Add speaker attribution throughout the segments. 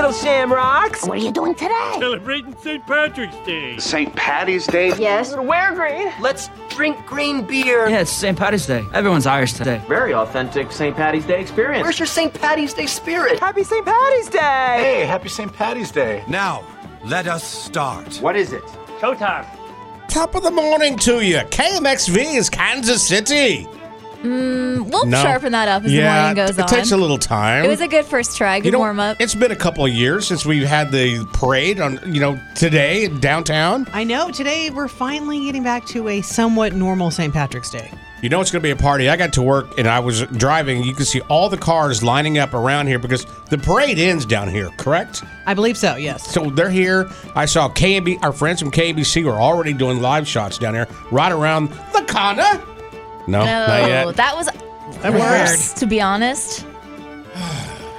Speaker 1: Little Shamrocks.
Speaker 2: Oh,
Speaker 3: What are you doing today?
Speaker 4: Celebrating St. Patrick's Day.
Speaker 5: St. Patty's Day?
Speaker 6: Yes.
Speaker 1: Wear green.
Speaker 7: Let's drink green beer.
Speaker 2: Yeah, it's St. Patty's Day. Everyone's Irish today.
Speaker 8: Very authentic St. Patty's Day experience.
Speaker 7: Where's your St. Patty's Day spirit?
Speaker 1: Happy St. Patty's Day.
Speaker 9: Hey, happy St. Patty's Day.
Speaker 10: Now, let us start.
Speaker 5: What is it?
Speaker 4: Showtime.
Speaker 11: Top of the morning to you. KMXV is Kansas City.
Speaker 12: Mm, we'll no. sharpen that up as yeah, the morning goes
Speaker 11: it It
Speaker 12: on.
Speaker 11: takes a little time.
Speaker 12: It was a good first try, good
Speaker 11: you know,
Speaker 12: warm up.
Speaker 11: It's been a couple of years since we've had the parade on, you know, today downtown.
Speaker 13: I know. Today we're finally getting back to a somewhat normal St. Patrick's Day.
Speaker 11: You know it's going to be a party. I got to work and I was driving. You can see all the cars lining up around here because the parade ends down here, correct?
Speaker 13: I believe so. Yes.
Speaker 11: So they're here. I saw KB. Our friends from KBC were already doing live shots down here, right around the corner. No, no
Speaker 12: that was that was worse, to be honest.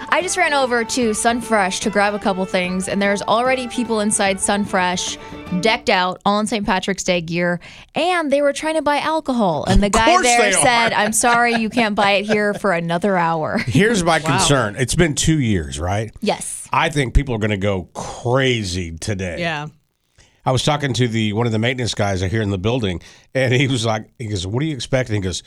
Speaker 12: I just ran over to Sunfresh to grab a couple things, and there's already people inside Sunfresh decked out, all in St. Patrick's Day gear, and they were trying to buy alcohol. And the
Speaker 11: of
Speaker 12: guy there
Speaker 11: they
Speaker 12: said,
Speaker 11: are.
Speaker 12: I'm sorry, you can't buy it here for another hour.
Speaker 11: Here's my wow. concern it's been two years, right?
Speaker 12: Yes.
Speaker 11: I think people are going to go crazy today.
Speaker 13: Yeah.
Speaker 11: I was talking to the one of the maintenance guys here in the building, and he was like, "He goes, what are you expecting?" He goes,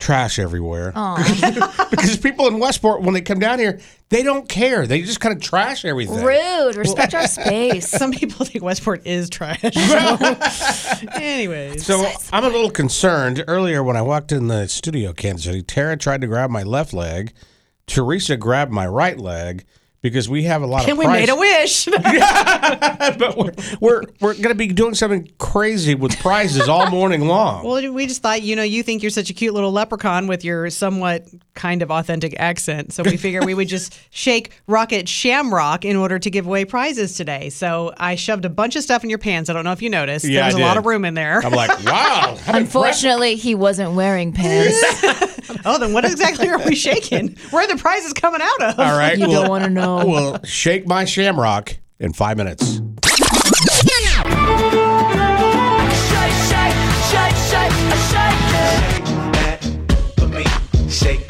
Speaker 11: "Trash everywhere." because people in Westport, when they come down here, they don't care. They just kind of trash everything.
Speaker 12: Rude. Respect our space.
Speaker 13: Some people think Westport is trash. So. Anyways,
Speaker 11: so I'm a little concerned. Earlier, when I walked in the studio, Kansas City, Tara tried to grab my left leg. Teresa grabbed my right leg because we have a lot
Speaker 13: and
Speaker 11: of.
Speaker 13: we
Speaker 11: price.
Speaker 13: made a wish.
Speaker 11: but we're we're, we're going to be doing something crazy with prizes all morning long.
Speaker 13: Well, we just thought, you know, you think you're such a cute little leprechaun with your somewhat kind of authentic accent, so we figure we would just shake Rocket Shamrock in order to give away prizes today. So I shoved a bunch of stuff in your pants. I don't know if you noticed.
Speaker 11: Yeah,
Speaker 13: there was
Speaker 11: I
Speaker 13: a lot
Speaker 11: did.
Speaker 13: of room in there.
Speaker 11: I'm like, wow.
Speaker 12: Unfortunately, he wasn't wearing pants.
Speaker 13: oh, then what exactly are we shaking? Where are the prizes coming out of?
Speaker 11: All right,
Speaker 12: You
Speaker 11: we'll-
Speaker 12: don't want to know.
Speaker 11: We'll shake my shamrock in five minutes.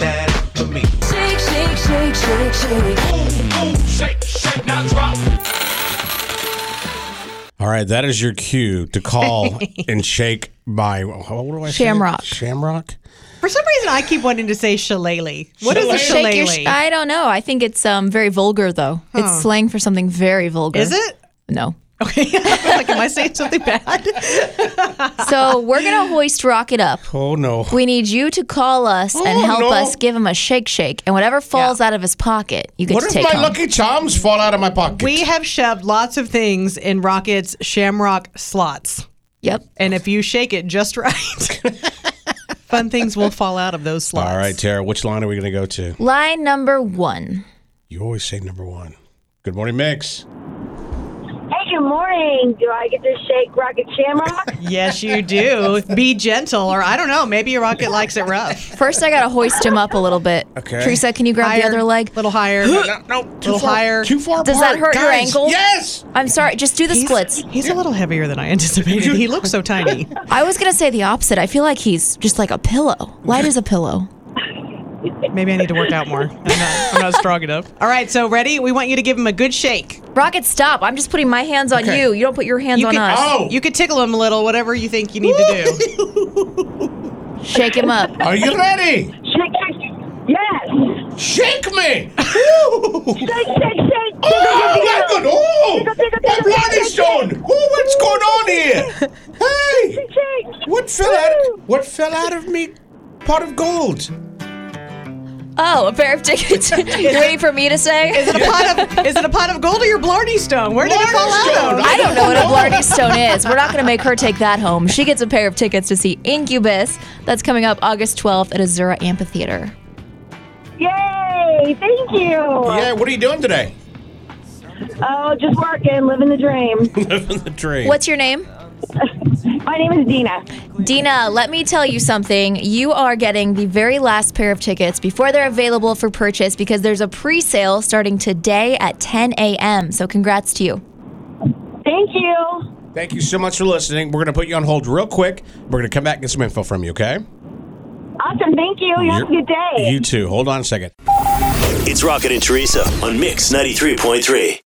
Speaker 3: Shake, shake, shake, shake, shake.
Speaker 11: All right, that is your cue to call and shake my what do I say?
Speaker 12: Shamrock.
Speaker 11: Shamrock.
Speaker 13: For some reason, I keep wanting to say shillelagh. What is a
Speaker 12: Shake your
Speaker 13: shillelagh?
Speaker 12: sh- I don't know. I think it's um very vulgar though. It's slang for something very vulgar.
Speaker 13: is it?
Speaker 12: No.
Speaker 13: Okay. I was like, am I saying something bad?
Speaker 12: So we're gonna hoist Rocket up.
Speaker 11: Oh no.
Speaker 12: We need you to call us and
Speaker 11: Oh,
Speaker 12: help
Speaker 11: no.
Speaker 12: us give him a shake shake, and whatever falls out of his pocket, you get
Speaker 11: What
Speaker 12: to
Speaker 11: if
Speaker 12: take
Speaker 11: my
Speaker 12: home.
Speaker 11: lucky charms fall out of my pocket?
Speaker 13: We have shoved lots of things in Rocket's shamrock slots.
Speaker 12: yep.
Speaker 13: And if you shake it just right, fun things will fall out of those slots.
Speaker 11: All right, Tara, which line are we going to go to?
Speaker 12: Line number one.
Speaker 11: You always say number one. Good morning, Mix.
Speaker 6: Hey, good morning. Do I get to shake Rocket Shamrock?
Speaker 13: Yes, you do. Be gentle, or I don't know. Maybe your rocket likes it rough.
Speaker 12: First, I gotta hoist him up a little bit.
Speaker 11: Okay.
Speaker 12: Teresa, can you grab the
Speaker 13: Higher,
Speaker 12: other leg?
Speaker 13: Little higher.
Speaker 11: no, no, too
Speaker 13: Uh, little
Speaker 11: far,
Speaker 13: higher.
Speaker 11: Too far
Speaker 12: Does
Speaker 11: apart,
Speaker 12: that hurt your
Speaker 11: guys.
Speaker 12: ankle?
Speaker 11: Yes.
Speaker 12: I'm sorry. Just do the splits.
Speaker 13: He's a little heavier than I anticipated. He looks so tiny.
Speaker 12: I was gonna say the opposite. I feel like he's just like a pillow, light as a pillow.
Speaker 13: Maybe I need to work out more. I'm not, I'm not strong enough. All right, so ready? We want you to give him a good shake.
Speaker 12: Rocket, stop! I'm just putting my hands on
Speaker 11: Okay.
Speaker 12: you. You don't put your hands
Speaker 13: You
Speaker 12: on
Speaker 13: can,
Speaker 12: us.
Speaker 11: Oh.
Speaker 13: you can tickle him a little, whatever you think you need to do.
Speaker 12: Shake him up.
Speaker 11: Are you ready?
Speaker 6: shake, shake. Yes.
Speaker 11: Shake me.
Speaker 6: Shake, shake, shake.
Speaker 11: Oh, my God. Oh, my body stone. Oh, what's going on here? Hey,
Speaker 6: Shake.
Speaker 11: what fell out? What fell out of me? Pot of gold.
Speaker 12: Oh, a pair of tickets. You're waiting for me to say?
Speaker 13: Is it a pot of is it a pot of gold or your blarney stone? Where did it fall out?
Speaker 11: Blarney
Speaker 13: of?
Speaker 11: stone.
Speaker 12: I don't know what a Blarney Stone is. We're not going to make her take that home. She gets a pair of tickets to see Incubus. That's coming up August 12th at Azura Amphitheater.
Speaker 6: Yay. Thank you.
Speaker 11: Yeah, what are you doing today?
Speaker 6: Oh, just working, living the dream.
Speaker 11: Living the dream.
Speaker 12: What's your name?
Speaker 6: My name is Dina.
Speaker 12: Dina, let me tell you something. You are getting the very last pair of tickets before they're available for purchase because there's a pre sale starting today at 10 a.m. So, congrats to you.
Speaker 6: Thank you.
Speaker 11: Thank you so much for listening. We're going to put you on hold real quick. We're going to come back and get some info from you, okay?
Speaker 6: Awesome. Thank you. You have a
Speaker 11: You're-
Speaker 6: good day.
Speaker 11: You too. Hold on a second.
Speaker 5: It's Rocket and Teresa on Mix 93.3.